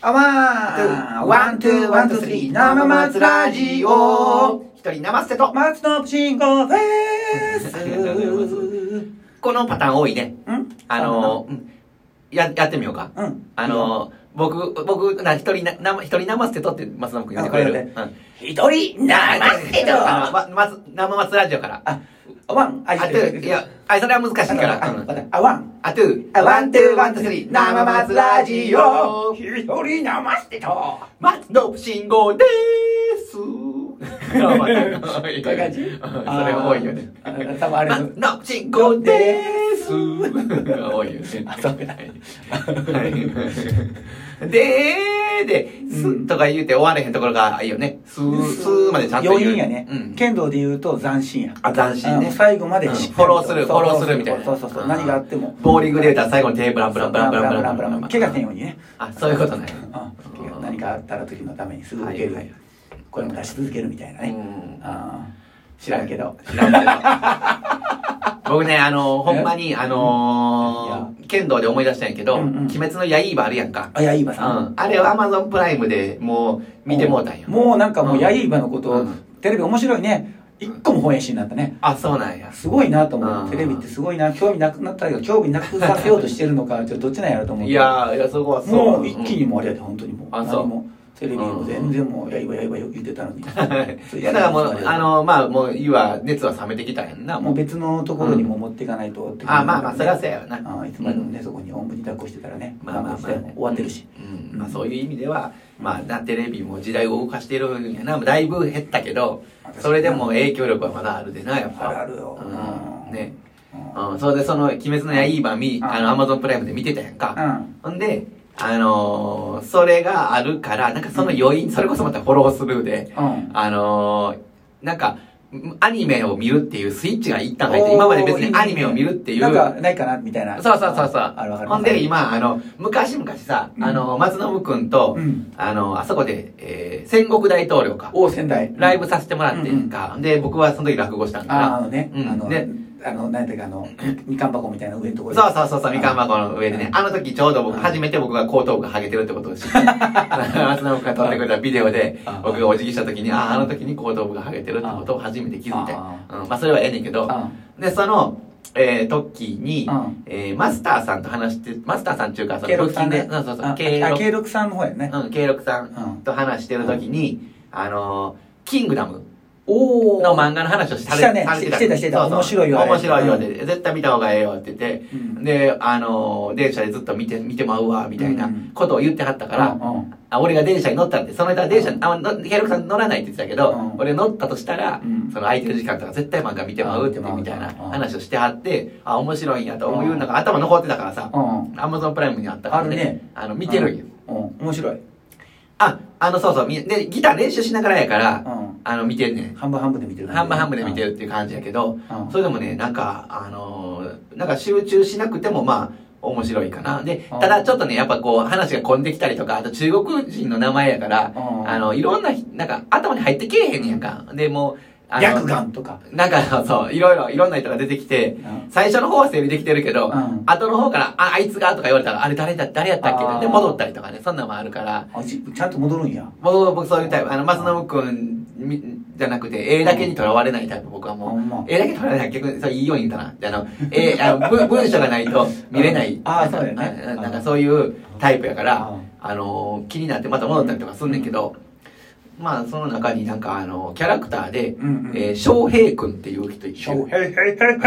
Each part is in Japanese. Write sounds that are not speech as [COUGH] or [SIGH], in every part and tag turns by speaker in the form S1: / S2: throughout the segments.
S1: あわーワン、ツー、ワン、ツー、スリー、生松ラジオ
S2: 一人生捨てと
S1: 松の進行で
S2: ありがとうございます
S1: ー
S2: このパターン多いね
S1: すん
S2: あのややってみようか
S1: うん
S2: あの僕僕な一人な生一人生捨てとって松田君言ってくれるうん
S1: 一人
S2: あ
S1: 生捨てと
S2: あままず生松ラジオからあ
S1: ワン、
S2: といやあそれは難しいから
S1: あ
S2: うん
S1: あワン
S2: あと
S1: あワ
S2: ワ
S1: ン、
S2: ン
S1: ツ
S2: ツ
S1: ー、
S2: ー
S1: ワ
S2: ワ
S1: ン、
S2: ン
S1: ツー、ス
S2: ツース
S1: リ
S2: リ
S1: ー、
S2: ー
S1: 生
S2: 生
S1: 松
S2: 松
S1: ラ
S2: ラ
S1: ジ
S2: ジ
S1: オ
S2: オ
S1: 一人生捨てと
S2: 松の信号でーす
S1: [LAUGHS]
S2: [LAUGHS] こういう
S1: こういう感じ
S2: それ多いよね
S1: あーあ多分あれ
S2: 松の信号でーす多いよね
S1: あそうか
S2: はいでーで、すとか言うて終われへんところがいいよね。すー、すーまでちゃんと言う。
S1: 余韻やね、
S2: うん。
S1: 剣道で言うと斬新や
S2: あ、斬新
S1: あ
S2: ね。
S1: 最後まで
S2: うん
S1: しっ
S2: フ
S1: かりと
S2: ォローする、フォローするみたいな。
S1: そうそうそうそう
S2: うん
S1: 何があっても
S2: ボーリングで言うたら最後に手ブランブランブランブランブランブランブラン。
S1: 怪我せんようにね
S2: あ、そういうことね。
S1: うん何かあったら時のためにすぐ受ける、
S2: はいはい
S1: これも出し続けるみたいなね、
S2: うん
S1: あー知らんけど
S2: 知らんけど僕ね、あの、ほんまに、あのー剣道で思い出したんやけど、
S1: うんうん
S2: 鬼滅の刃あるやんか。
S1: あやいば
S2: う
S1: さん、
S2: ん。あれは Amazon プライムでもう見てもうたんよ。
S1: もうなんかもうやいばのことを、
S2: うん
S1: テレビ面白いね一個も放映しになったね
S2: あ、そうなんや。
S1: すごいなと思う、
S2: うん
S1: テレビってすごいな興味なくなったけど興味なくさせようとしてるのかちょっとどっちなんやろうと思う
S2: いやー、いやそこはそう。
S1: もう一気にもうあれやで本当にもう
S2: あそう
S1: 何もテレビも全然もうやいばやいばよく言ってたのに [LAUGHS]
S2: いやだからもう、あの、まあ、もう、いは、熱は冷めてきたんやんな、
S1: も
S2: も
S1: う
S2: う。
S1: 別のところにも持っていかないとって
S2: あ、まあまあ、そりゃそうやよな。
S1: あーいつまでもね、そこにおんぶに抱っこしてたらね、
S2: まあまあまあ、
S1: 終わってるし。
S2: うん。まあ、そういう意味では、まあ、なテレビも時代を動かしてるんやな。だいぶ減ったけど、それでも影響力はまだあるでな、やっぱ。
S1: あるあるよ
S2: うん。ね。
S1: うん
S2: うん。それで、その、鬼滅の刃見、
S1: うん
S2: あの、アマゾンプライムで見てたや
S1: う
S2: んか。
S1: ん。
S2: ほんで、あのーそれがあるから、なんかその余韻、それこそまたフォロースルーで、
S1: うん。
S2: あのーなんか、アニメを見るっていうスイッチが一旦入っ
S1: お
S2: て、
S1: ー
S2: 今まで別にアニメを見るっていう。
S1: なんか、ないかなみたいな。
S2: そうそうそうそう。
S1: あるわかる。
S2: ほんで、今、あの、昔々さ、あの、松信くんと、
S1: うん。
S2: あの、あそこで、えー戦国大統領か、
S1: お仙台。
S2: ライブさせてもらってんか、で、僕はその時落語したんか
S1: あーあ
S2: な。
S1: のね、
S2: うん
S1: あの
S2: で、
S1: あの、なんていうか、あの、みかん箱みたいな上のとこ
S2: そ
S1: ろ
S2: う
S1: で
S2: そうそうそう、みかん箱の上でね、あの時ちょうど僕、
S1: うん
S2: 初めて僕が後頭部がハゲてるってこと
S1: [LAUGHS]
S2: を知って、松信くんが撮ってくれたビデオで
S1: うん、
S2: 僕がお辞儀した時に、ああ、あの時に後頭部がハゲてるってことを初めて気づいて、
S1: う
S2: うんまあ、それはええねんけど、で、その、えー、時に、
S1: ん。うん。
S2: えーマスターさんと話して、マスターさんっていうか、その、
S1: K6
S2: ブッキング
S1: さ
S2: で、
S1: ん
S2: そうそうそう、
S1: あ、
S2: K6
S1: あ K6 さんの方やね。
S2: うん、ケイロクさん
S1: うん。
S2: と話してる時に、あのーキングダム
S1: お
S2: の漫画の話をされ
S1: したね
S2: され
S1: ししてたしてた
S2: そうそう
S1: 面白いよあれ
S2: 面白いよで、絶対見た方がええよって言って、
S1: うん
S2: で、あのー電車でずっと見て、見てまうわ、みたいなことを言ってはったから、
S1: うんうん
S2: あ俺が電車に乗ったって、その間電車に、あ、のケイロクさん乗らないって言ってたけど、
S1: うん
S2: 俺乗ったとしたら、
S1: うん
S2: その空いてる時間とか絶対漫画見てまうって、
S1: うん
S2: みたいな
S1: うん
S2: 話をしてはって、あ、面白いんやというのが頭残ってたからさ、
S1: うん。
S2: アマゾンプライムにあったから
S1: あるね
S2: あの、見てるんよ。
S1: うん。面白い。うん。
S2: あ、あの、そうそう、みで、ギター練習しながらやから、あの、見てんねん。
S1: 半分半分で見てる。
S2: 半分半分で見て
S1: る。
S2: るっていう感じやけど、
S1: うん
S2: それでもね、なんか、あのーなんか集中しなくても、まあ、面白いかな。で、
S1: うん
S2: ただちょっとね、やっぱこう、話が混んできたりとか、あと中国人の名前やから、
S1: うん
S2: あの、いろんな、なんか、頭に入ってけえへんやんか。で、もう、あの
S1: 白眼とか。
S2: なんか、そう、いろいろ、いろんな人が出てき
S1: う
S2: て、
S1: ん
S2: 最初の方は整理できてるけど、
S1: うん
S2: 後の方から、あ、あいつがとか言われたら、あれ誰だ、誰やったっけ
S1: あー
S2: で、戻ったりとかね、そんなんもあるから、
S1: あちちゃんと戻るんや。
S2: 僕、僕そういうタイプ。あの、松信くんみじゃなくて、絵だけにとらわれないタイプ、僕は
S1: ほ
S2: もう。
S1: んま
S2: 絵だけにとらわれない。逆に、そう、いいように言ったな。であの、え、あの、文文章がないと見れない。
S1: ああそうだよね
S2: あなんかそういうタイプやから
S1: うん、
S2: あの、気になってまた戻ったりとかすんねんけど、まあ、その中になんか、あの、キャラクターで、
S1: うんうん
S2: えー翔平くんっていう人いて
S1: ショウヘイヘイヘイヘ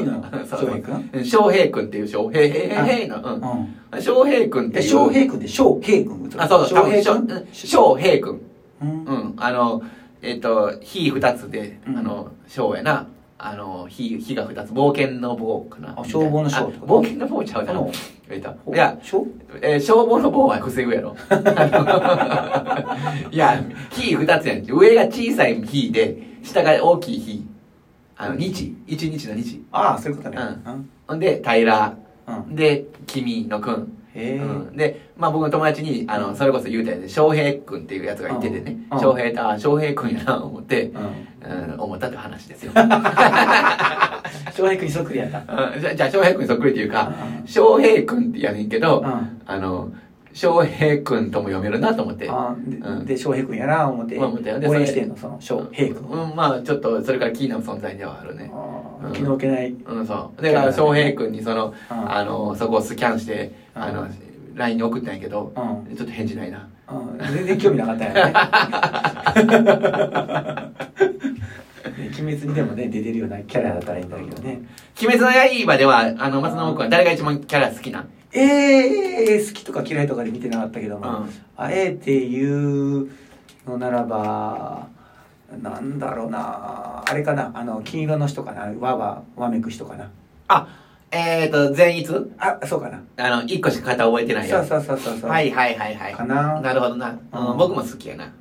S1: イの
S2: [LAUGHS] そう
S1: 翔平くん
S2: うん翔平くんっていう翔平、へへへへの、うん
S1: う
S2: 翔平くんっ
S1: ん。
S2: て
S1: で、
S2: いう。
S1: 翔平くんで、翔平くん。
S2: あ、そうそう、
S1: 翔
S2: 多分
S1: 平くん
S2: 翔翔平くん。
S1: うん。
S2: うん、あの、えっ、と、火二つで、
S1: うん
S2: あの、章やな。あの、火、火が二つ、冒険の棒かな。
S1: あ消防の
S2: あ
S1: 章ってこと
S2: 冒険の棒ちゃうだ
S1: あの
S2: ろ。えっと、
S1: ほ
S2: いや、
S1: 翔
S2: えー消防の棒は防ぐやろ。 [LAUGHS] いや、火二つやん。上が小さい火で、下が大きい火。あの、日。一日の日。
S1: ああ、そういうことね。
S2: うん
S1: うん。
S2: ほんで、平。
S1: うん。
S2: で、君のくん。
S1: へえ。
S2: うん、で、まあ、僕の友達にあのそれこそ言うたやつで翔平君っていうやつがいててね
S1: うん
S2: 翔平あ翔平君やな思って、
S1: うん
S2: うん、思ったって話ですよ、 [LAUGHS]
S1: 翔平くんにそっくりやった。
S2: うんじゃじゃあ翔平君そっくりっていうか
S1: う
S2: 翔平君ってやねんけど
S1: ん。
S2: あの翔平くんとも読めるなと思って。
S1: あ
S2: うん
S1: ーでで翔平君やな思って
S2: まあ思ったよね
S1: 応援してんのその翔平君
S2: うん、まあちょっとそれからキーな存在ではあるね。
S1: あ
S2: うん
S1: ー気の置けない
S2: うん、そう。だから翔平くんにその、
S1: うん
S2: あの、そこをスキャンして、
S1: うん
S2: あの、LINE に送ったんやけど、
S1: うん
S2: ちょっと返事ないな。
S1: うん全然興味なかったよね
S2: [LAUGHS]
S1: ね鬼滅にでもね出てるようなキャラだったらいいんだけどね
S2: 鬼滅の刃では、あの、松野君は誰が一番キャラ好きなん
S1: えーえー好きとか嫌いとかで見てなかったけども、
S2: うん
S1: あえて言うのならばなんだろうなあれかなあの金色の人かなわわわめく人かな
S2: あ、えーと、善逸
S1: あそうかな
S2: あの、一個しか型覚えてない
S1: そ
S2: や
S1: う
S2: つ。
S1: そうそうそうそう
S2: はいはいはいはい。
S1: かな
S2: なるほどな。うん、
S1: うん
S2: 僕も好きやな。
S1: うん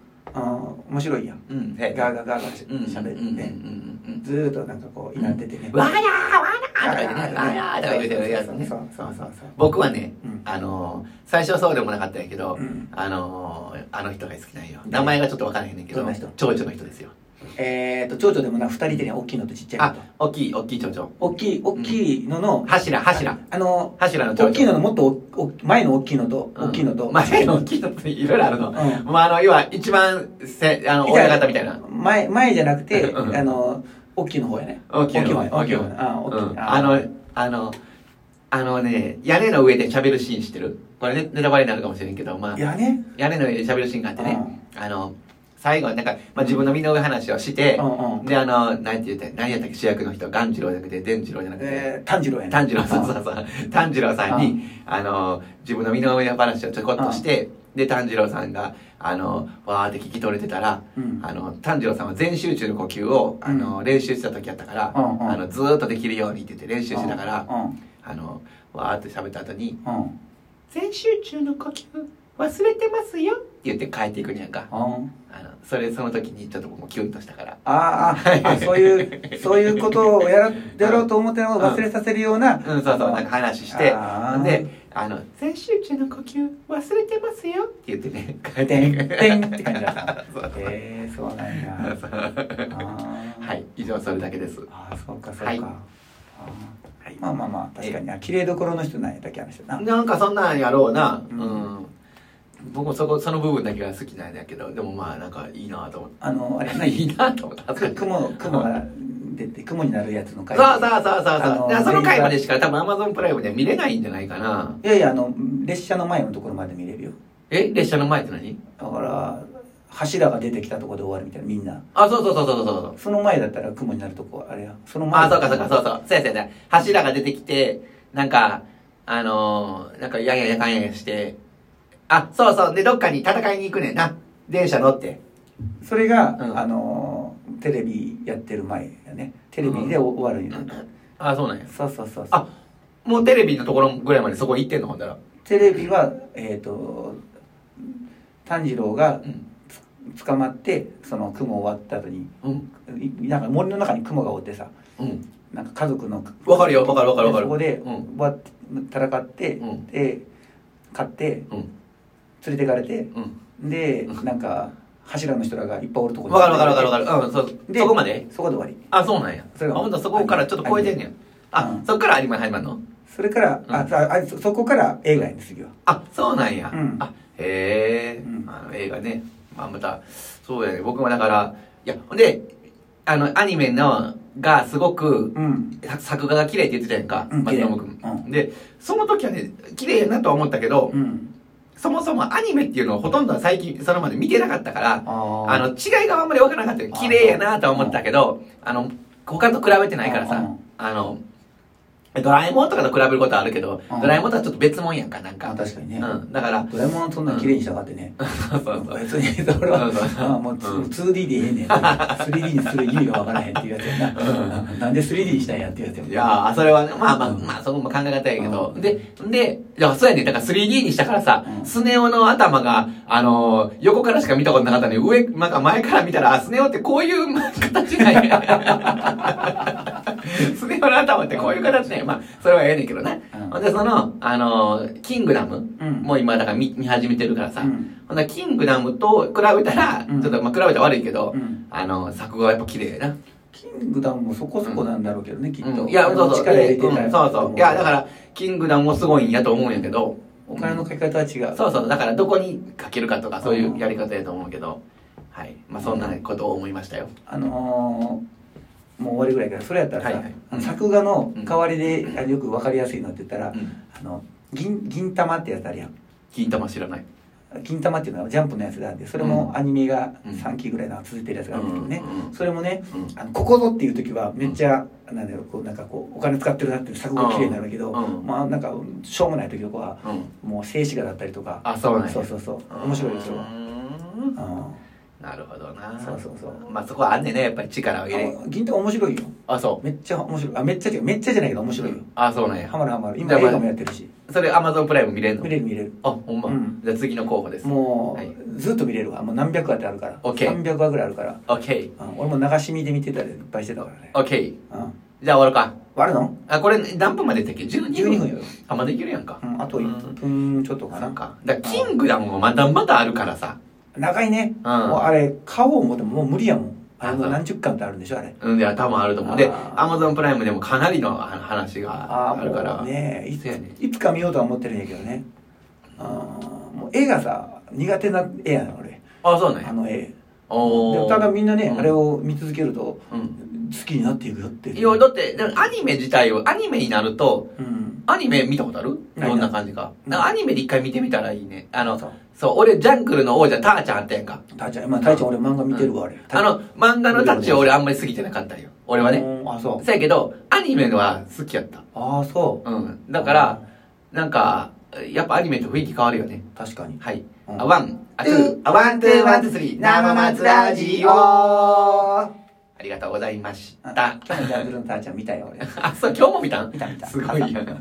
S1: 面白いやん
S2: うん、
S1: ガーガーガーガ
S2: うん、うん、
S1: ーしゃべって
S2: うん、うん、う
S1: ね
S2: ん。
S1: ずーっとなんかこういなっててね、
S2: わらーわらーとか言ってね、わらーとか言ってるやつね。
S1: そうそうそうそう
S2: 僕はね
S1: うん、
S2: あのー、最初はそうでもなかったんやけど
S1: うん、
S2: あのー、あの人が好きなんよ。名前がちょっとわからへんねんけど
S1: どんな人、
S2: 蝶々の人ですよ。
S1: えーと蝶々でもな2人でね大きいのとちっちゃいの
S2: あ
S1: と、
S2: 大きい、大きい蝶々。
S1: 大きい大きいのの、
S2: 柱、柱。
S1: あの
S2: 柱の蝶々。
S1: 大きいののもっとおお前の大きいのと
S2: うん
S1: 大きいのと、
S2: 前の大きいのっていろいろあるの。
S1: う
S2: まあ、あの、要は一番せ、あの、
S1: い
S2: 親方みたいな。
S1: 前前じゃなくて、
S2: うん
S1: あの大きいの方やね
S2: 大きいの
S1: 方や大きい方
S2: 大き
S1: や
S2: い
S1: あ大きい、
S2: うんあの、あの、あのね、屋根の上で喋るシーンしてる。これね、ネタバレになるかもしれんけど、まあ
S1: い、やね
S2: 屋根の上で喋るシーンがあってね、あの、最後、なんか、まあ、自分の身の上話をして
S1: う、んうん
S2: で、あの、なんて言って、何やったっけ、主役の人、鴈治郎じゃなくて、伝次郎じゃなくて、
S1: えー、炭治郎やね
S2: 炭治郎さん、そうそうそう、炭治郎さんに、あの、自分の身の上話をちょこっとして、で、炭治郎さんが、あの、わーって聞き取れてたら、
S1: うん
S2: あの炭治郎さんは全集中の呼吸をあの、練習してた時やったから、
S1: うんうん
S2: あのずーっとできるようにって言って練習してたから、
S1: うん
S2: あのわーって喋った後に
S1: うんうん
S2: 「全集中の呼吸忘れてますよ」って言って帰っていくにやんか
S1: うん
S2: あのそれその時にちょっともうキュンとしたから
S1: あー
S2: [LAUGHS]
S1: ああそういうそういうことをやろやろうと思ってるのを忘れさせるような、
S2: うんそうそうなんか話して
S1: あー
S2: であの「全集中の呼吸忘れてますよ」って言ってね帰
S1: [LAUGHS]
S2: って
S1: て
S2: い
S1: ん
S2: く
S1: てんって感じだった。
S2: そう
S1: ええー、そうなんや。
S2: [LAUGHS] そう
S1: あー
S2: はい以上それだけです
S1: あー、そうか、そうか。
S2: はい
S1: あー
S2: はい
S1: まあまあまあ、確かに、あ綺麗どころの人なんやだけあの人な。
S2: なんかそんなんやろうな、
S1: う
S2: う
S1: んん
S2: 僕もそこその部分だけが好きなんだけどでもまあなんかいいなと思っ
S1: あの、あれ
S2: て [LAUGHS]
S1: やない
S2: いなと思って恥ずかしい
S1: 雲、雲が出て、雲になるやつの
S2: そ
S1: 回。
S2: うそうそうそうそ
S1: あ
S2: う、
S1: の
S2: だからその回までしか多分 Amazon プライムで見れないんじゃないかない
S1: やいや、あの、列車の前のところまで見れるよ。
S2: え列車の前って何
S1: だから、柱が出てきたところで終わるみたいな、みんな。
S2: あそうそうそうそうそうそう
S1: その前だったら雲になるとこ、あれや。その前。
S2: あそうかそうかそうそうそうやそうやそうや柱が出てきてなんかあのー、なんかやんやんやかんやんやしてあそうそうでどっかに戦いに行くねんな電車乗って
S1: それが、
S2: うん
S1: あの、テレビやってる前やね。テレビで終わるんや、
S2: あそうなんや
S1: そうそうそうそう。
S2: あもうテレビのところぐらいまでそこ行ってんのほんだら
S1: テレビは、えっと炭治郎がつ捕まってその雲終わった後に
S2: うん
S1: いなんか森の中に雲がおってさ
S2: うん
S1: なんか家族の
S2: わかるよわかるわかるわかる
S1: そこで、
S2: うん
S1: わって戦って、
S2: うん
S1: で買って
S2: うん
S1: 連れてかれて
S2: うん
S1: でなんか柱の人らがいっぱいおるとこに
S2: わかるわかるわかるわかるうんそう
S1: で
S2: そこまで
S1: そこで終わり
S2: あそうなんや
S1: それ
S2: あ
S1: は
S2: ほんとそこからちょっと超えてんねや
S1: アニ
S2: あ
S1: メ
S2: そっからアニメ始まるの
S1: それから、あ
S2: うん
S1: ああそそこから映画やね次は
S2: あそうなんや
S1: うん
S2: あへえ
S1: うん
S2: あの映画ねまあまたそうやね僕もだからいやほんであのアニメのがすごく
S1: うん
S2: 作作画が綺麗って言ってたやんか
S1: うん
S2: 松本
S1: 綺麗う
S2: 君でその時はね綺麗やなとは思ったけど
S1: うん
S2: そもそもアニメっていうのをほとんど最近それまで見てなかったから
S1: あ
S2: あの違いがあんまり分からなかったよ綺麗やなとは思ったけどあの他と比べてないから
S1: う
S2: さ
S1: ん
S2: あのドラえもんとかと比べることはあるけど
S1: うん
S2: ドラえもんとはちょっと別もんやんかなん
S1: あ
S2: か
S1: 確かにね、
S2: うんだから
S1: ドラえもんはそんな綺麗にしたがってね、
S2: そうそうそう
S1: 別にそれ
S2: そうそうそう
S1: はあもうつ
S2: うん
S1: 2D でええねん 3D にする意味がわからへんっていうやつやななんで 3D にしたんやっていうやつやもん
S2: いやーそれはねまあまあ
S1: うん
S2: まあそこも考え方やけど
S1: うん
S2: ででいやそうやねだから 3D にしたからさ
S1: うん
S2: スネ夫の頭があのー横からしか見たことなかったのに上なんか前から見たらあスネ夫ってこういうまあ形なんや
S1: [LAUGHS]
S2: スネ夫の頭ってこういう形なんやまあそれはええねんけどね
S1: うん
S2: ほんでそのあのーキングダム
S1: うん
S2: もう今だから見見始めてるからさ
S1: うん
S2: ほんならキングダムと比べたらち
S1: う
S2: ょっ
S1: ん
S2: とまあ比べたら悪いけど
S1: うん
S2: あのー作画はやっぱ綺麗やな
S1: キングダムもそこそこなんだろうけどね、きっと、
S2: うんいや、そうそう。
S1: 力入れてた
S2: うんそうそう。いや、だからら、キングダムもすごいんやと思うんやけど、
S1: お金のかけ方は違う、
S2: そうそうだからどこにかけるかとかそういうやり方やと思うけど、はいまあ、そんなことを思いましたよ、
S1: あのーもう終わりぐらいからそれやったらさ、
S2: はいはい
S1: あの作画の代わりで、あのよく分かりやすいのって言ったら、
S2: うん、
S1: あの銀銀玉ってやつあるやん
S2: 銀玉知らない
S1: 銀玉っていうのはジャンプのやつなんでそれもアニメが
S2: うん
S1: 3期ぐらいの続いてるやつがあるんですけどね、
S2: うんうんうん
S1: それもね
S2: うん
S1: あのここぞっていう時はめっちゃ、なんだろうこうなんかこうお金使ってるなっていう作画綺麗になるけど、
S2: うん
S1: まあなんかしょうもない時とかは
S2: うん
S1: もう静止画だったりとか
S2: あそうなんや
S1: そうそうそう面白いですよ、
S2: う
S1: う
S2: ーん
S1: ん、
S2: なるほどな
S1: そうそうそう
S2: まあそこはあんねんねやっぱり力を入れ
S1: あ銀玉面白いよ
S2: あそう
S1: めっちゃ面白いあめっちゃ違うめっちゃじゃないけど面白いよ、
S2: あそうなんや
S1: ハマるハマる今
S2: じゃあ
S1: 映
S2: まあ
S1: 画もやってるし
S2: それアマゾンプライム見れんの
S1: 見れる見れる
S2: あほんま、
S1: うん
S2: じゃあ次の候補です
S1: もう、
S2: はい
S1: ずっと見れるわもう何百話ってあるから、
S2: オッケー
S1: 300話ぐらいあるから、
S2: OKOK
S1: うん俺も流し見で見てたりいっぱいしてたからね、うん、
S2: じゃあ終わるか
S1: 割るの
S2: あこれ何分までやったっけ12分
S1: 12分よ、
S2: あまだいけるやんか、
S1: うん、あと
S2: う
S1: 1
S2: ん
S1: 分ちょっとか
S2: な
S1: なん
S2: かだからキングダムもまだまだあるからさ
S1: 長いね、
S2: うん
S1: もうあれ買おう思ってももう無理やもんあれも
S2: あそうう
S1: 何十巻ってあるんでしょあれ
S2: うんで多分あると思うで
S1: あー
S2: アマゾンプライムでもかなりのあ話
S1: あ
S2: が
S1: あ
S2: あるから
S1: もうねいつ
S2: そうやね
S1: いつか見ようとは思ってるんやけどねあーもう絵がさ苦手な絵やな俺
S2: あそうなん
S1: あ
S2: や
S1: の絵
S2: お
S1: で
S2: お
S1: ただみんなね、
S2: うん
S1: あれを見続けると
S2: うん
S1: 好きになっていくよって
S2: いやだってでもアニメ自体をアニメになると
S1: うん
S2: アニメ見たことある
S1: ないな
S2: どんな感じか。
S1: うん
S2: なんかアニメで一回見てみたらいいね。あの
S1: そう、
S2: そう、俺、ジャングルの王者、ターちゃんあったやんか。
S1: たーちゃんまあたーちゃん俺漫画見てるわあれ
S2: あの、漫画のタッチは俺あんまり好きじゃなかったんよ。俺はね。
S1: うんあそう
S2: そやけど、アニメは好きやった。
S1: ああそ
S2: うん。
S1: う
S2: だから、なんか、やっぱアニメって雰囲気変わるよね。
S1: 確かに
S2: はい。
S1: うん
S2: あ、ワン、あ、ツ
S1: う
S2: ー、あ、ワン、ツー、ワン、ツー、スリー、生松ラジオありがとうございまし
S1: あ
S2: た。 [LAUGHS]
S1: 今日のジャングルのたーちゃん見たよ俺
S2: あ、そう、今日も見たん
S1: 見た見た
S2: すごいやな。